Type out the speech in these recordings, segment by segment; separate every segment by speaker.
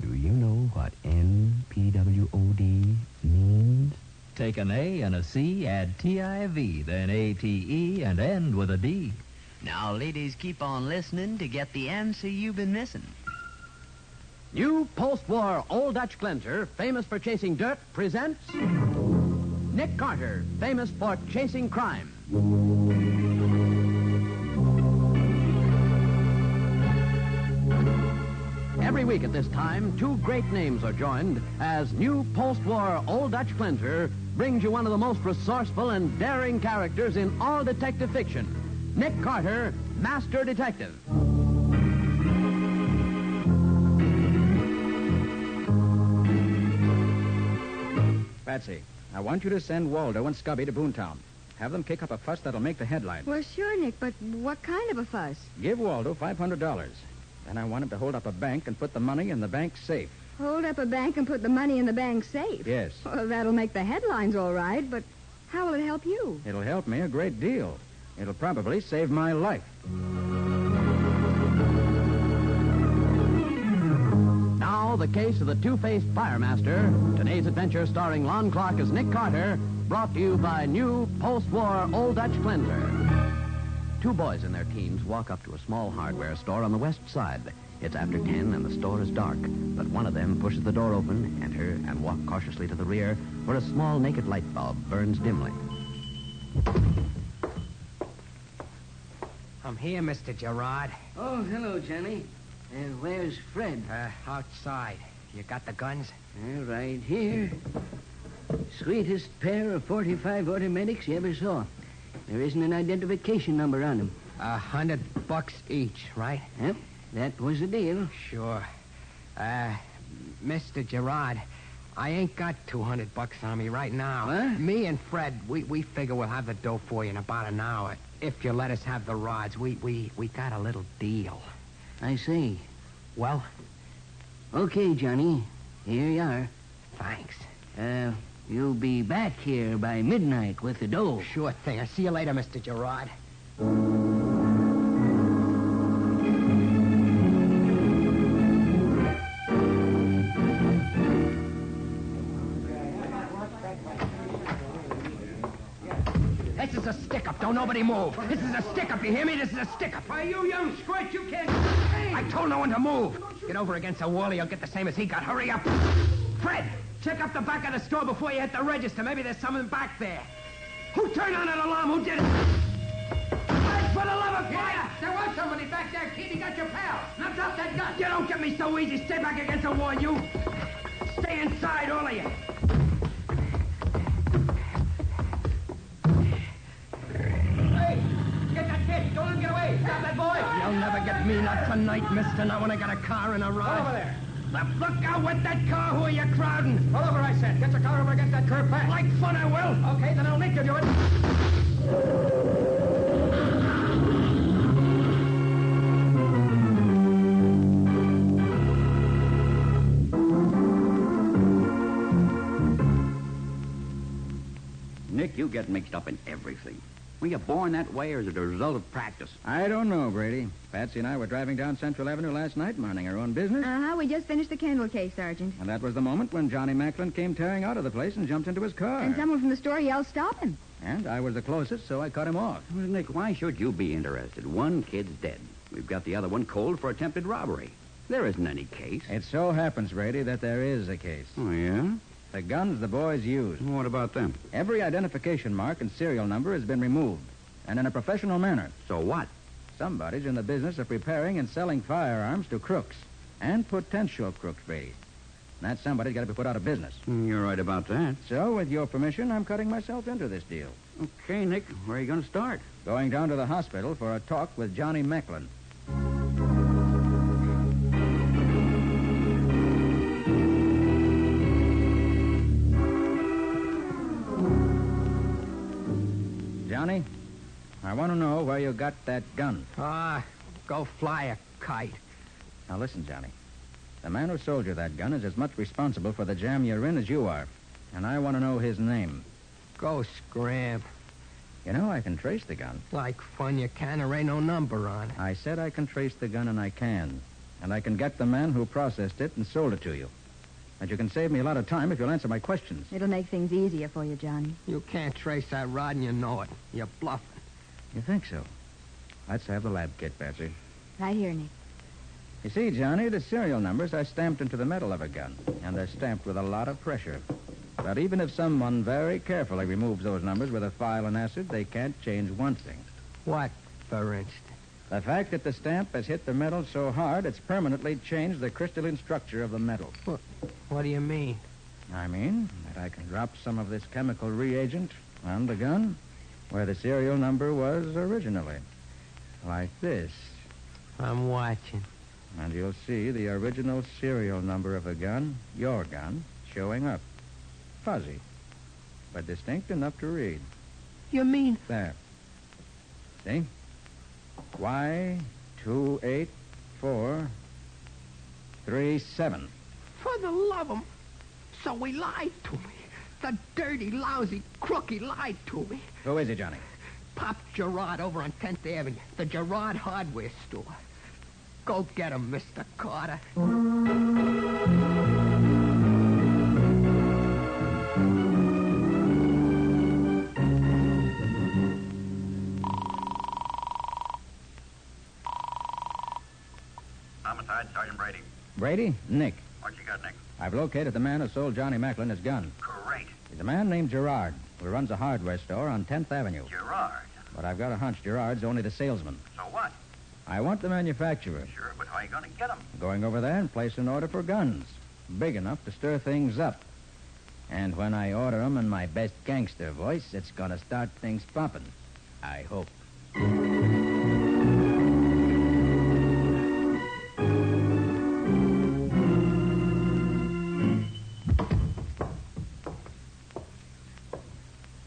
Speaker 1: Do you know what NPWOD means?
Speaker 2: Take an A and a C, add T-I-V, then A-T-E, and end with a D.
Speaker 3: Now, ladies, keep on listening to get the answer you've been missing.
Speaker 2: New post-war Old Dutch cleanser, famous for chasing dirt, presents Nick Carter, famous for chasing crime. Every week at this time, two great names are joined as new post-war Old Dutch cleanser brings you one of the most resourceful and daring characters in all detective fiction. Nick Carter, Master Detective.
Speaker 4: Patsy, I want you to send Waldo and Scubby to Boontown. Have them kick up a fuss that'll make the headline.
Speaker 5: Well, sure, Nick, but what kind of a fuss?
Speaker 4: Give Waldo $500. Then I want him to hold up a bank and put the money in the bank safe.
Speaker 5: Hold up a bank and put the money in the bank safe.
Speaker 4: Yes.
Speaker 5: Well, that'll make the headlines all right, but how will it help you?
Speaker 4: It'll help me a great deal. It'll probably save my life.
Speaker 2: Now, the case of the two-faced firemaster. Today's adventure starring Lon Clark as Nick Carter, brought to you by new post-war Old Dutch cleanser. Two boys in their teens walk up to a small hardware store on the west side. It's after ten and the store is dark, but one of them pushes the door open, enter, and walk cautiously to the rear, where a small naked light bulb burns dimly.
Speaker 6: I'm here, Mr. Gerard.
Speaker 3: Oh, hello, Johnny. Uh, where's Fred?
Speaker 6: Uh, outside. You got the guns?
Speaker 3: Uh, right here. Sweetest pair of 45 automatics you ever saw. There isn't an identification number on them.
Speaker 6: A hundred bucks each, right?
Speaker 3: Yep, that was the deal.
Speaker 6: Sure. Uh, Mr. Gerard, I ain't got 200 bucks on me right now.
Speaker 3: What?
Speaker 6: Me and Fred, we, we figure we'll have the dough for you in about an hour. If you let us have the rods, we, we, we got a little deal.
Speaker 3: I see.
Speaker 6: Well,
Speaker 3: Okay, Johnny. Here you are.
Speaker 6: thanks.
Speaker 3: Uh, you'll be back here by midnight with the dough.
Speaker 6: Sure thing. I'll see you later, Mr. Gerard. This is a stick-up. Don't nobody move. This is a stick-up. You hear me? This is a stick-up. Why, you young squirt, you can't... I told no one to move. Get over against the wall or you'll get the same as he got. Hurry up. Fred, check up the back of the store before you hit the register. Maybe there's someone back there. Who turned on an alarm? Who did it? Fred, for the love of fire! There was somebody back there, kid. He got your pal. Now drop that gun. You don't get me so easy. Stay back against the wall, you. Stay inside, all of you. Hey, get that kid. Don't let him get away. Stop that boy. You'll never get me, not tonight, mister. Not when I got a car and a rod. over there. Look out with that car. Who are you crowding? Pull over, I said. Get the car over against that curb back. Like fun, I will. Okay, then I'll make you do it.
Speaker 2: Nick, you get mixed up in everything. Were you born that way, or is it a result of practice?
Speaker 4: I don't know, Brady. Patsy and I were driving down Central Avenue last night, minding our own business.
Speaker 5: Uh-huh, we just finished the Kendall case, Sergeant.
Speaker 4: And that was the moment when Johnny Macklin came tearing out of the place and jumped into his car.
Speaker 5: And someone from the store yelled, stop him.
Speaker 4: And I was the closest, so I cut him off.
Speaker 2: Well, Nick, why should you be interested? One kid's dead. We've got the other one cold for attempted robbery. There isn't any case.
Speaker 4: It so happens, Brady, that there is a case.
Speaker 2: Oh, yeah?
Speaker 4: The guns the boys used.
Speaker 2: What about them?
Speaker 4: Every identification mark and serial number has been removed, and in a professional manner.
Speaker 2: So what?
Speaker 4: Somebody's in the business of preparing and selling firearms to crooks and potential crooks, Brady. That somebody's got to be put out of business.
Speaker 6: Mm,
Speaker 3: You're right about that.
Speaker 4: So, with your permission, I'm cutting myself into this deal.
Speaker 3: Okay, Nick, where are you going to start?
Speaker 4: Going down to the hospital for a talk with Johnny Macklin. Johnny, I want to know where you got that gun.
Speaker 6: Ah, go fly a kite.
Speaker 4: Now listen, Johnny. The man who sold you that gun is as much responsible for the jam you're in as you are. And I want to know his name.
Speaker 6: Go scram.
Speaker 4: You know, I can trace the gun.
Speaker 6: Like fun you can, there ain't no number on it.
Speaker 4: I said I can trace the gun, and I can. And I can get the man who processed it and sold it to you. And you can save me a lot of time if you'll answer my questions.
Speaker 5: It'll make things easier for you, Johnny.
Speaker 6: You can't trace that rod and you know it. You're bluffing.
Speaker 4: You think so? Let's have the lab kit, Patsy.
Speaker 5: Right here, Nick.
Speaker 4: You see, Johnny, the serial numbers are stamped into the metal of a gun, and they're stamped with a lot of pressure. But even if someone very carefully removes those numbers with a file and acid, they can't change one thing.
Speaker 6: What, for instance?
Speaker 4: The fact that the stamp has hit the metal so hard, it's permanently changed the crystalline structure of the metal.
Speaker 6: What do you mean?
Speaker 4: I mean, that I can drop some of this chemical reagent on the gun where the serial number was originally. Like this.
Speaker 6: I'm watching.
Speaker 4: And you'll see the original serial number of the gun, your gun, showing up. Fuzzy, but distinct enough to read.
Speaker 6: You mean
Speaker 4: There. See? Y two eight four three seven.
Speaker 6: For the love of 'em. So he lied to me. The dirty, lousy crook, he lied to me.
Speaker 4: Who is it, Johnny?
Speaker 6: Pop Gerard over on 10th Avenue, the Gerard hardware store. Go get him, Mr. Carter.
Speaker 7: Homicide, Sergeant Brady.
Speaker 4: Brady? Nick.
Speaker 7: What you got, Nick?
Speaker 4: I've located the man who sold Johnny Macklin his gun.
Speaker 7: Great.
Speaker 4: He's a man named Gerard who runs a hardware store on 10th Avenue.
Speaker 7: Gerard.
Speaker 4: But I've got a hunch Gerard's only the salesman.
Speaker 7: So what?
Speaker 4: I want the manufacturer.
Speaker 7: Sure, but how you going to get him?
Speaker 4: Going over there and place an order for guns. Big enough to stir things up. And when I order 'em in my best gangster voice, it's going to start things popping. I hope.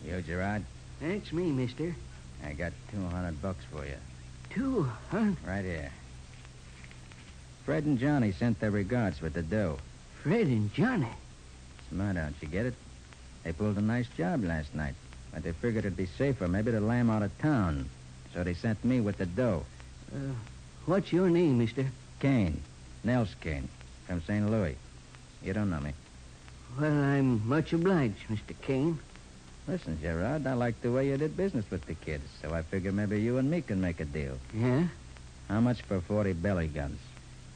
Speaker 4: You, Gerard,
Speaker 3: That's me, mister.
Speaker 4: I got 200 bucks for you.
Speaker 3: Two, huh?
Speaker 4: Right here. Fred and Johnny sent their regards with the dough.
Speaker 3: Fred and Johnny.
Speaker 4: Smart out, you get it? They pulled a nice job last night, but they figured it'd be safer maybe to lam out of town. So they sent me with the dough.
Speaker 3: What's your name, mister?
Speaker 4: Kane. Nels Kane. From St. Louis. You don't know me.
Speaker 3: Well, I'm much obliged, Mr. Kane.
Speaker 4: Listen, Gerard, I like the way you did business with the kids, so I figure maybe you and me can make a deal.
Speaker 3: Yeah?
Speaker 4: How much for 40 belly guns?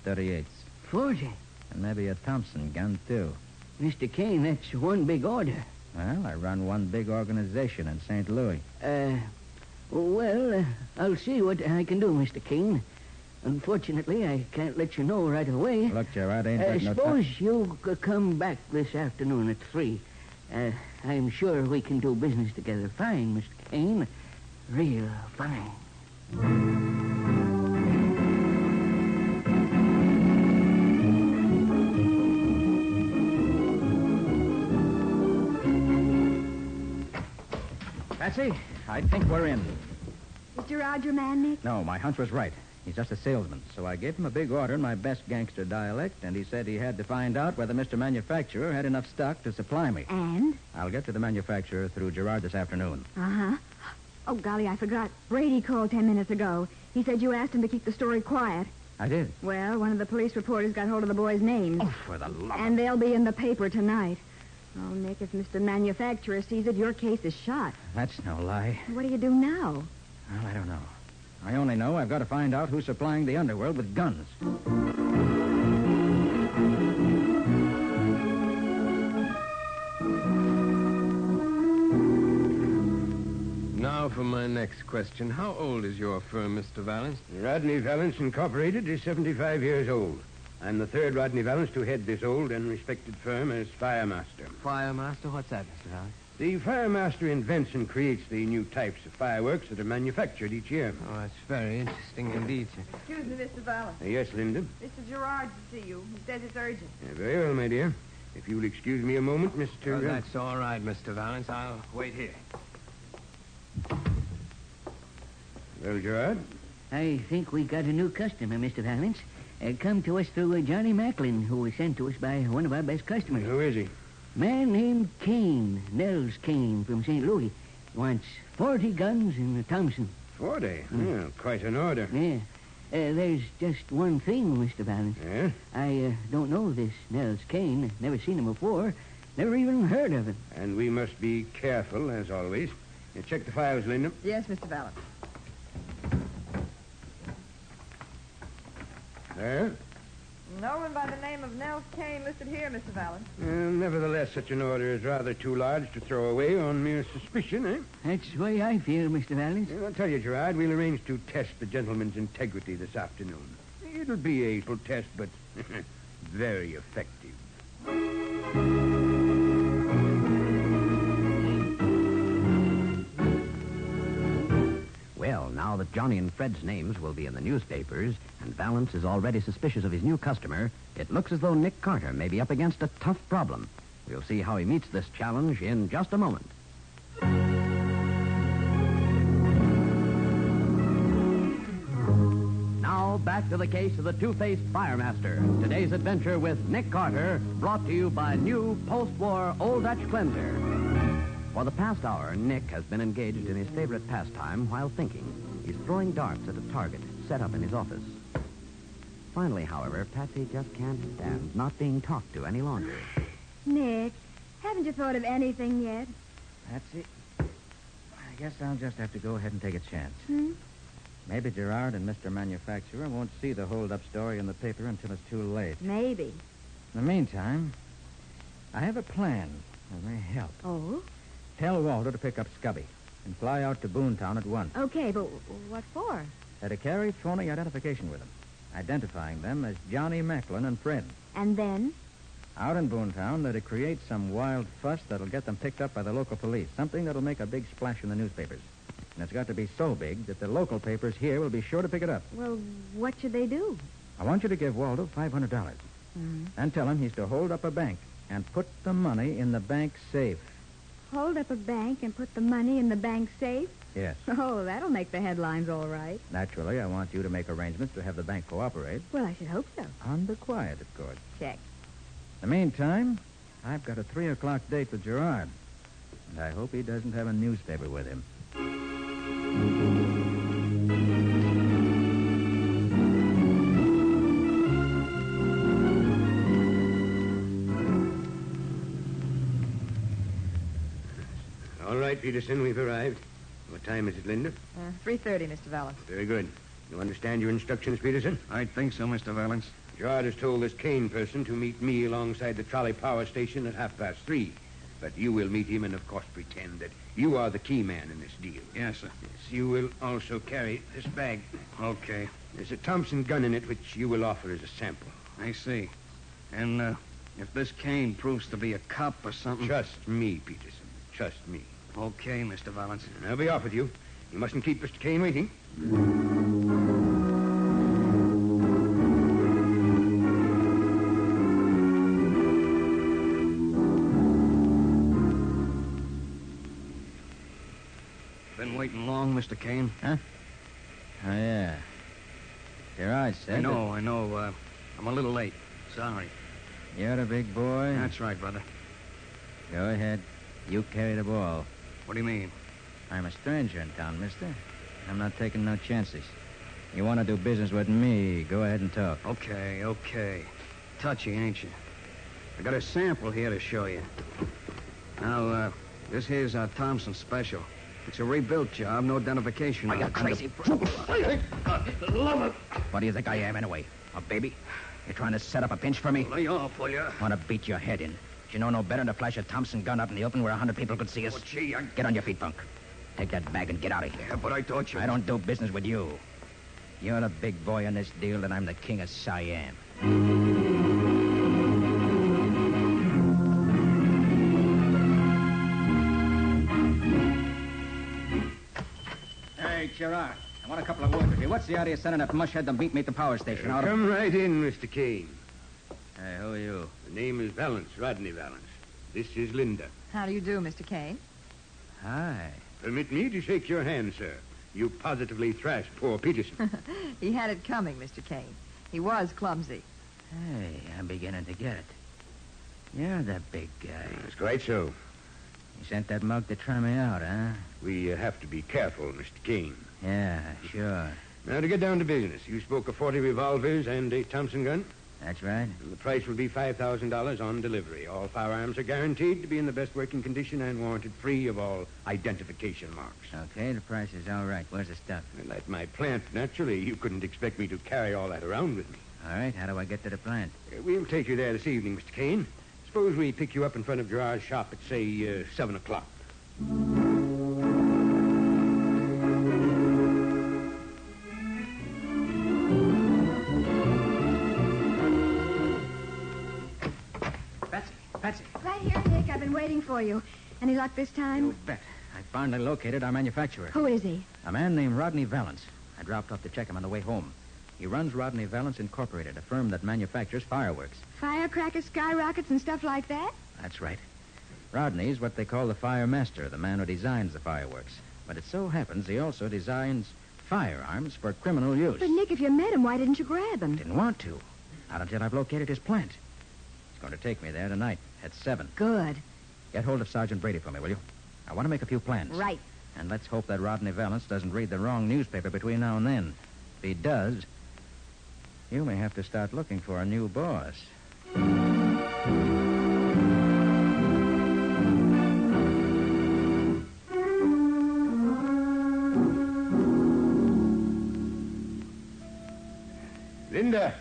Speaker 4: 38s.
Speaker 3: Forty.
Speaker 4: And maybe a Thompson gun, too.
Speaker 3: Mr. Kane, that's one big order.
Speaker 4: Well, I run one big organization in St. Louis.
Speaker 3: Uh, well, uh, I'll see what I can do, Mr. Kane. Unfortunately, I can't let you know right away.
Speaker 4: Look, Gerard, ain't
Speaker 3: I
Speaker 4: that no ti-
Speaker 3: suppose you c- come back this afternoon at three. Uh, I'm sure we can do business together fine, Mr. Kane. Real fine.
Speaker 4: Patsy, I think we're in.
Speaker 5: Is Gerard your man, Nick?
Speaker 4: No, my hunch was right. He's just a salesman. So I gave him a big order in my best gangster dialect, and he said he had to find out whether Mr. Manufacturer had enough stock to supply me.
Speaker 5: And?
Speaker 4: I'll get to the manufacturer through Gerard this afternoon.
Speaker 5: Uh-huh. Oh, golly, I forgot. Brady called ten minutes ago. He said you asked him to keep the story quiet.
Speaker 4: I did.
Speaker 5: Well, one of the police reporters got hold of the boy's names.
Speaker 4: Oh, for the love
Speaker 5: And they'll be in the paper tonight. Oh, Nick, if Mr. Manufacturer sees it, your case is shot.
Speaker 4: That's no lie.
Speaker 5: What do you do now?
Speaker 4: Well, I don't know. I only know I've got to find out who's supplying the underworld with guns.
Speaker 8: Now for my next question. How old is your firm, Mr. Valance?
Speaker 7: Rodney Valance Incorporated is 75 years old.
Speaker 9: I'm the third Rodney Valance to head this old and respected firm as Firemaster.
Speaker 10: Firemaster? What's that, Mr. Valance?
Speaker 9: The Firemaster invents and creates the new types of fireworks that are manufactured each year.
Speaker 10: Oh, that's very interesting indeed, sir.
Speaker 11: Excuse me, Mr. Valance.
Speaker 9: Uh, yes, Linda.
Speaker 11: Mr. Gerard's to see you. He says it's urgent.
Speaker 9: Uh, very well, my dear. If you'll excuse me a moment, Mr.
Speaker 10: Oh,
Speaker 9: uh,
Speaker 10: that's all right, Mr. Valance. I'll wait here.
Speaker 9: uh, Well, Gerard?
Speaker 3: I think we got a new customer, Mr. Valance. Uh, come to us through uh, Johnny Macklin, who was sent to us by one of our best customers.
Speaker 9: Who is he?
Speaker 3: Man named Kane, Nels Kane from St. Louis. Wants 40 guns in the Thompson.
Speaker 9: 40?
Speaker 10: Hmm.
Speaker 9: Well, quite an order.
Speaker 3: Yeah. Uh, there's just one thing, Mr. Valance.
Speaker 9: Yeah?
Speaker 3: I uh, don't know this Nels Kane. Never seen him before. Never even heard of him.
Speaker 9: And we must be careful, as always. Uh, check the files, Linda.
Speaker 11: Yes, Mr. Valance.
Speaker 9: There.
Speaker 11: No one by the name of Nels Kane listed here, Mr. Valance.
Speaker 9: Uh, nevertheless, such an order is rather too large to throw away on mere suspicion, eh?
Speaker 3: That's the way I feel, Mr. Valance.
Speaker 9: I'll tell you, Gerard, we'll arrange to test the gentleman's integrity this afternoon. It'll be a little test, but very effective.
Speaker 2: Well, now that Johnny and Fred's names will be in the newspapers, and Valance is already suspicious of his new customer, it looks as though Nick Carter may be up against a tough problem. We'll see how he meets this challenge in just a moment. Now, back to the case of the Two Faced Firemaster. Today's adventure with Nick Carter, brought to you by new post war Old Dutch Cleanser. For the past hour, Nick has been engaged in his favorite pastime while thinking. He's throwing darts at a target set up in his office. Finally, however, Patsy just can't stand not being talked to any longer.
Speaker 5: Nick, haven't you thought of anything yet?
Speaker 4: Patsy, I guess I'll just have to go ahead and take a chance.
Speaker 5: Hmm?
Speaker 4: Maybe Gerard and Mr. Manufacturer won't see the hold-up story in the paper until it's too late.
Speaker 5: Maybe.
Speaker 4: In the meantime, I have a plan that may help.
Speaker 5: Oh?
Speaker 4: Tell Walter to pick up Scubby and fly out to Boontown at once.
Speaker 5: Okay, but what for?
Speaker 4: Uh, to carry phony identification with him, identifying them as Johnny Macklin and Fred.
Speaker 5: And then?
Speaker 4: Out in Boontown, they're to create some wild fuss that'll get them picked up by the local police, something that'll make a big splash in the newspapers. And it's got to be so big that the local papers here will be sure to pick it up.
Speaker 5: Well, what should they do?
Speaker 4: I want you to give Waldo $500
Speaker 5: Mm.
Speaker 4: and tell him he's to hold up a bank and put the money in the bank safe.
Speaker 5: Hold up a bank and put the money in the bank safe?
Speaker 4: Yes.
Speaker 5: Oh, that'll make the headlines all right.
Speaker 4: Naturally, I want you to make arrangements to have the bank cooperate.
Speaker 5: Well, I should hope so.
Speaker 4: On the quiet, of course.
Speaker 5: Check.
Speaker 4: In the meantime, I've got a 3 o'clock date with Gerard. And I hope he doesn't have a newspaper with him.
Speaker 9: All right, Peterson, we've arrived. What time is it, Linda?
Speaker 11: Uh, 3.30, Mr. Valance.
Speaker 9: Very good. You understand your instructions, Peterson?
Speaker 8: I think so, Mr. Valance.
Speaker 9: Gerard has told this Kane person to meet me alongside the trolley power station at half past three. But you will meet him and, of course, pretend that you are the key man in this deal.
Speaker 8: Yes, sir.
Speaker 9: Yes, you will also carry this bag. Okay. There's a Thompson gun in it, which you will offer as a sample.
Speaker 8: I see. And uh, if this cane proves to be a cop or something.
Speaker 9: Trust me, Peterson. Trust me.
Speaker 8: Okay, Mr. Valance.
Speaker 9: And I'll be off with you. You mustn't keep Mr. Kane waiting.
Speaker 8: Been waiting long, Mr. Kane?
Speaker 4: Huh? Oh, yeah. Gerard said.
Speaker 8: I know, I know. Uh, I'm a little late. Sorry.
Speaker 4: that You're a big boy.
Speaker 8: That's right, brother.
Speaker 4: Go ahead. You carry the ball.
Speaker 8: What do you mean?
Speaker 4: I'm a stranger in town, mister. I'm not taking no chances. You want to do business with me, go ahead and talk.
Speaker 8: Okay, okay. Touchy, ain't you? I got a sample here to show you. Now, uh, this here's our Thompson special. It's a rebuilt job, no identification.
Speaker 6: Are you
Speaker 8: on it.
Speaker 6: crazy?
Speaker 2: What do you think I am, anyway? A baby? You're trying to set up a pinch for me?
Speaker 6: Lay off, will you?
Speaker 2: Want to beat your head in. Did you know no better than to flash a Thompson gun out in the open where a hundred people could see us?
Speaker 6: Oh, gee, I-
Speaker 2: Get on your feet, punk. Take that bag and get out of here.
Speaker 6: Yeah, but I thought you...
Speaker 2: I don't do business with you. You're the big boy in this deal, and I'm the king of Siam.
Speaker 4: sure are. I want a couple of workers here. What's the idea of sending that mushhead to beat me at the power station? Out of-
Speaker 9: Come right in, Mr. Kane.
Speaker 4: Hey, who are you?
Speaker 9: The name is Valance, Rodney Valance. This is Linda.
Speaker 11: How do you do, Mr. Kane?
Speaker 4: Hi.
Speaker 9: Permit me to shake your hand, sir. You positively thrashed poor Peterson.
Speaker 11: he had it coming, Mr. Kane. He was clumsy.
Speaker 3: Hey, I'm beginning to get it. You're the big guy.
Speaker 9: That's quite so.
Speaker 3: You sent that mug to try me out, huh?
Speaker 9: We uh, have to be careful, Mr. Kane.
Speaker 3: Yeah, sure.
Speaker 9: Now, to get down to business, you spoke of 40 revolvers and a Thompson gun.
Speaker 3: That's right.
Speaker 9: And the price will be $5,000 on delivery. All firearms are guaranteed to be in the best working condition and warranted free of all identification marks.
Speaker 3: Okay, the price is all right. Where's the stuff?
Speaker 9: And at my plant, naturally, you couldn't expect me to carry all that around with me.
Speaker 3: All right, how do I get to the plant?
Speaker 9: Uh, We'll take you there this evening, Mr. Kane. Suppose we pick you up in front of Gerard's shop at, say, uh, 7 o'clock.
Speaker 4: Patsy, Patsy.
Speaker 5: Right here, Nick. I've been waiting for you. Any luck this time?
Speaker 4: Bet. I finally located our manufacturer.
Speaker 5: Who is he?
Speaker 4: A man named Rodney Valance. I dropped off to check him on the way home. He runs Rodney Valance Incorporated, a firm that manufactures fireworks.
Speaker 5: Firecrackers, skyrockets, and stuff like that?
Speaker 4: That's right. Rodney's what they call the fire master, the man who designs the fireworks. But it so happens he also designs firearms for criminal use.
Speaker 5: But, Nick, if you met him, why didn't you grab him?
Speaker 4: Didn't want to. Not until I've located his plant. He's going to take me there tonight at seven.
Speaker 5: Good.
Speaker 4: Get hold of Sergeant Brady for me, will you? I want to make a few plans.
Speaker 5: Right.
Speaker 4: And let's hope that Rodney Valance doesn't read the wrong newspaper between now and then. If he does, you may have to start looking for a new boss.
Speaker 9: Linda!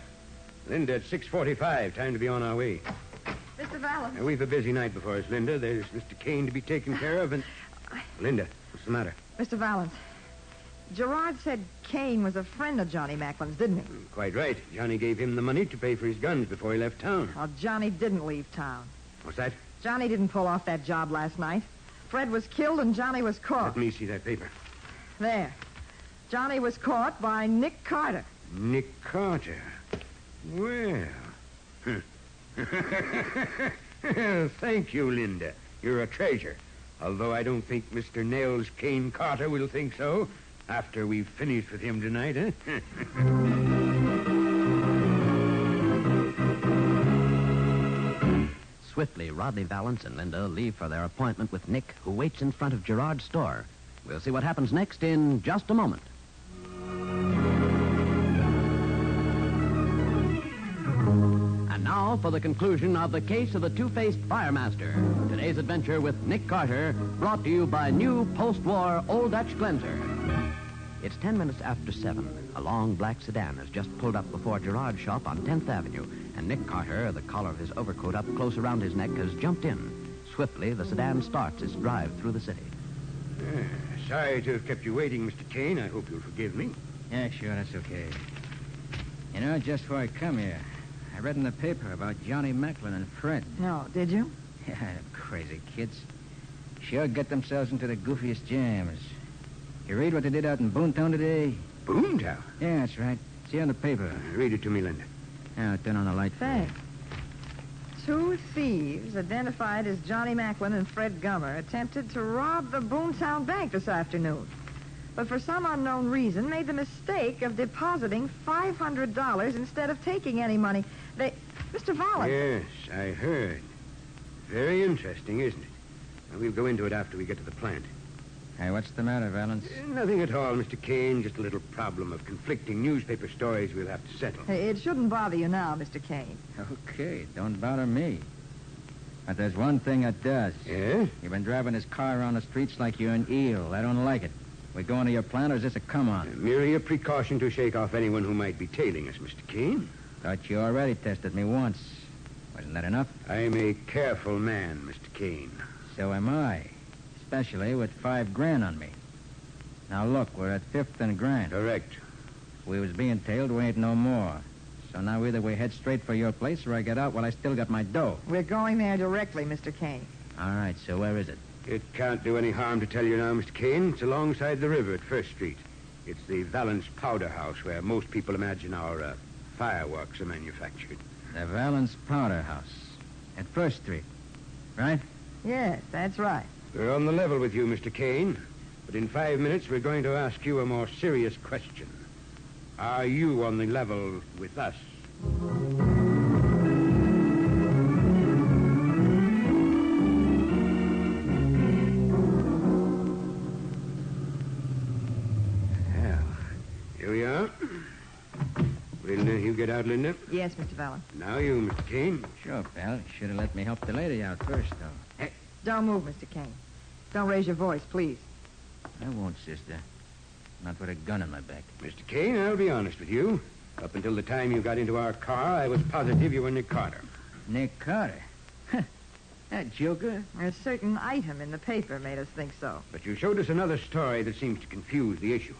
Speaker 9: Linda, it's 6.45. Time to be on our way.
Speaker 11: Mr. Valance.
Speaker 9: Now, we've a busy night before us, Linda. There's Mr. Kane to be taken care of, and... Linda, what's the matter?
Speaker 11: Mr. Valance. Gerard said Kane was a friend of Johnny Macklin's, didn't he?
Speaker 9: Quite right. Johnny gave him the money to pay for his guns before he left town.
Speaker 11: Well, Johnny didn't leave town.
Speaker 9: What's that?
Speaker 11: Johnny didn't pull off that job last night. Fred was killed and Johnny was caught.
Speaker 9: Let me see that paper.
Speaker 11: There. Johnny was caught by Nick Carter.
Speaker 9: Nick Carter. Well. Thank you, Linda. You're a treasure. Although I don't think Mr. Nails Kane Carter will think so after we've finished with him tonight, eh?
Speaker 2: Swiftly, Rodney Valance and Linda leave for their appointment with Nick, who waits in front of Gerard's store. We'll see what happens next in just a moment. And now for the conclusion of the case of the two-faced firemaster. Today's adventure with Nick Carter, brought to you by new post-war Old Dutch cleanser. It's ten minutes after seven. A long black sedan has just pulled up before Gerard's shop on 10th Avenue, and Nick Carter, the collar of his overcoat up close around his neck, has jumped in. Swiftly, the sedan starts its drive through the city.
Speaker 9: Ah, Sorry to have kept you waiting, Mr. Kane. I hope you'll forgive me.
Speaker 4: Yeah, sure, that's okay. You know, just before I come here, I read in the paper about Johnny Macklin and Fred.
Speaker 11: No, did you?
Speaker 4: Yeah, them crazy kids. Sure get themselves into the goofiest jams. You read what they did out in Boontown today?
Speaker 9: Boomtown?
Speaker 4: Yeah, that's right. See on the paper.
Speaker 9: Read it to me, Linda.
Speaker 4: Now, turn on the light.
Speaker 11: Thanks. Two thieves, identified as Johnny Macklin and Fred Gummer, attempted to rob the Boomtown Bank this afternoon. But for some unknown reason, made the mistake of depositing $500 instead of taking any money. They. Mr. Valance.
Speaker 9: Yes, I heard. Very interesting, isn't it? Now, we'll go into it after we get to the plant. Eh,
Speaker 4: Hey, what's the matter, Valance?
Speaker 9: Nothing at all, Mr. Kane. Just a little problem of conflicting newspaper stories we'll have to settle.
Speaker 11: It shouldn't bother you now, Mr. Kane.
Speaker 4: Okay, don't bother me. But there's one thing it does.
Speaker 9: Yes?
Speaker 4: You've been driving this car around the streets like you're an eel. I don't like it. We going to your plant, or is this a come-on?
Speaker 9: Merely a precaution to shake off anyone who might be tailing us, Mr. Kane.
Speaker 4: Thought you already tested me once. Wasn't that enough?
Speaker 9: I'm a careful man, Mr. Kane.
Speaker 4: So am I. Especially with five grand on me. Now look, we're at fifth and grand.
Speaker 9: Correct.
Speaker 4: We was being tailed, we ain't no more. So now either we head straight for your place or I get out while I still got my dough.
Speaker 11: We're going there directly, Mr. Kane.
Speaker 4: All right, so where is it?
Speaker 9: It can't do any harm to tell you now, Mr. Kane. It's alongside the river at First Street. It's the Valence Powder House where most people imagine our uh, fireworks are manufactured.
Speaker 4: The Valence Powder House. At First Street. Right?
Speaker 11: Yes, that's right.
Speaker 9: We're on the level with you, Mr. Kane. But in five minutes, we're going to ask you a more serious question. Are you on the level with us? Well, here we are. Linda, you get out, Linda.
Speaker 11: Yes, Mr. Vallon.
Speaker 9: Now you, Mr. Kane.
Speaker 4: Sure, pal. You should have let me help the lady out first, though.
Speaker 11: Don't move, Mr. Kane. Don't raise your voice, please.
Speaker 4: I won't, sister. Not with a gun in my back.
Speaker 9: Mr. Kane, I'll be honest with you. Up until the time you got into our car, I was positive you were Nick Carter.
Speaker 4: Nick Carter?
Speaker 11: That joker? A certain item in the paper made us think so.
Speaker 9: But you showed us another story that seems to confuse the issue.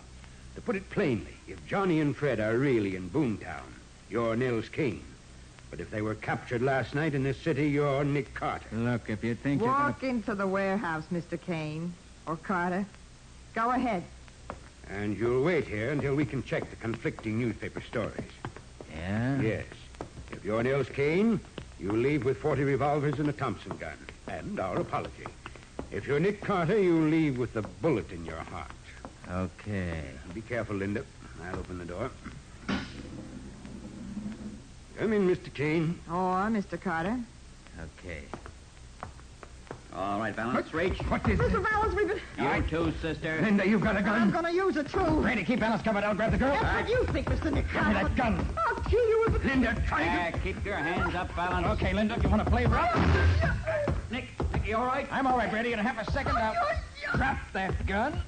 Speaker 9: To put it plainly, if Johnny and Fred are really in Boomtown, you're Nils Kane. But if they were captured last night in this city, you're Nick Carter.
Speaker 4: Look, if you think
Speaker 11: Walk into the warehouse, Mr. Kane. Or Carter. Go ahead.
Speaker 9: And you'll wait here until we can check the conflicting newspaper stories.
Speaker 4: Yeah?
Speaker 9: Yes. If you're Nils Kane, you leave with 40 revolvers and a Thompson gun, and our apology. If you're Nick Carter, you leave with a bullet in your heart.
Speaker 4: Okay.
Speaker 9: Be careful, Linda. I'll open the door. Come in, Mr. Kane.
Speaker 11: Or Mr. Carter.
Speaker 4: Okay.
Speaker 2: All right, Valance, reach. What
Speaker 11: Mr. Valance, we've been...
Speaker 2: You too, sister.
Speaker 6: Linda, you've got a gun.
Speaker 11: I'm going to use it, too.
Speaker 6: Brady, keep Alice covered. I'll grab the girl.
Speaker 11: That's what you think, Mr. Nick
Speaker 6: Give me
Speaker 11: Carter.
Speaker 6: that gun.
Speaker 11: I'll kill you with a...
Speaker 6: Linda, try to...
Speaker 2: keep your hands up, Valance.
Speaker 6: Okay, Linda, if you want to play rough. Nick, Nick, you all right? I'm all right, Brady. In a half a
Speaker 11: Oh,
Speaker 6: second, I'll drop that gun.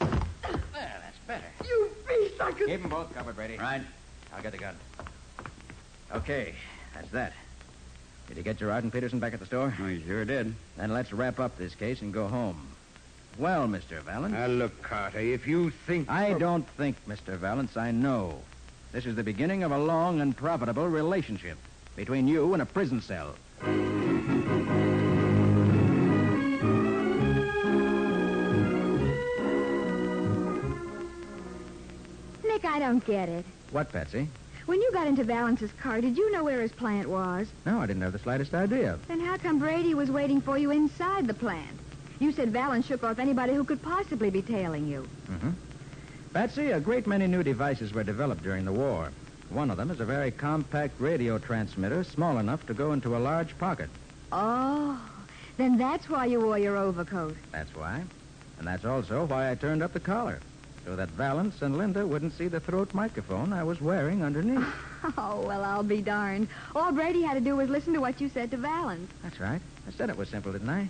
Speaker 6: There, that's better.
Speaker 11: You beast, I could...
Speaker 10: Keep them both covered, Brady.
Speaker 4: Right.
Speaker 10: I'll get the gun.
Speaker 4: Okay. That's that. Did you get Gerard and Peterson back at the store?
Speaker 9: I sure did.
Speaker 4: Then let's wrap up this case and go home. Well, Mr. Valance.
Speaker 9: Now, look, Carter, if you think...
Speaker 4: I don't think, Mr. Valance, I know. This is the beginning of a long and profitable relationship between you and a prison cell.
Speaker 5: Nick, I don't get it.
Speaker 4: What, Patsy?
Speaker 5: When you got into Valence's car, did you know where his plant was?
Speaker 4: No, I didn't have the slightest idea.
Speaker 5: Then how come Brady was waiting for you inside the plant? You said Valance shook off anybody who could possibly be tailing you.
Speaker 4: Mm-hmm. Patsy, a great many new devices were developed during the war. One of them is a very compact radio transmitter, small enough to go into a large pocket.
Speaker 5: Oh, then that's why you wore your overcoat.
Speaker 4: That's why. And that's also why I turned up the collar, so that Valance and Linda wouldn't see the throat microphone I was wearing underneath.
Speaker 5: Oh, well, I'll be darned. All Brady had to do was listen to what you said to Valance.
Speaker 4: That's right. I said it was simple, didn't I?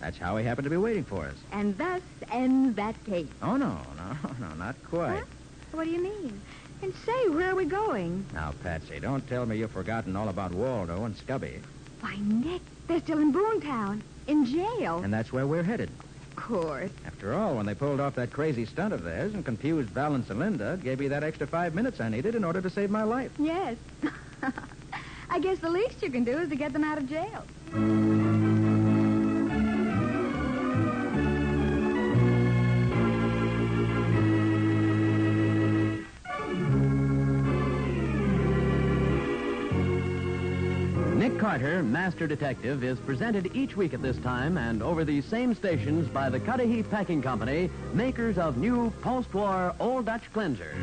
Speaker 4: That's how he happened to be waiting for us.
Speaker 5: And thus ends that case.
Speaker 4: Oh, no, no, no, not quite.
Speaker 5: What do you mean? And say, where are we going?
Speaker 4: Now, Patsy, don't tell me you've forgotten all about Waldo and Stubby.
Speaker 5: Why, Nick, they're still in Boontown, in jail.
Speaker 4: And that's where we're headed.
Speaker 5: Of course.
Speaker 4: After all, when they pulled off that crazy stunt of theirs and confused Valance and Linda, it gave me that extra five minutes I needed in order to save my life.
Speaker 5: Yes. I guess the least you can do is to get them out of jail.
Speaker 2: Nick Carter, Master Detective, is presented each week at this time and over these same stations by the Cudahy Packing Company, makers of new post-war Old Dutch cleanser.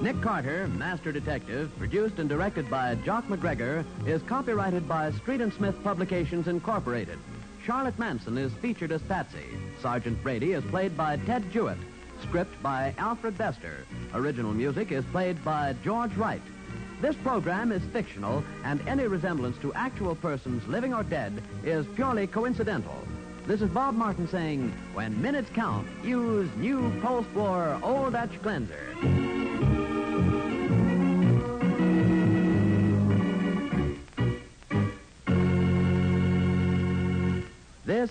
Speaker 2: Nick Carter, Master Detective, produced and directed by Jock McGregor, is copyrighted by Street and Smith Publications Incorporated. Charlotte Manson is featured as Patsy. Sergeant Brady is played by Ted Jewett. Script by Alfred Bester. Original music is played by George Wright. This program is fictional, and any resemblance to actual persons living or dead is purely coincidental. This is Bob Martin saying, when minutes count, use new post-war Old Dutch cleanser. This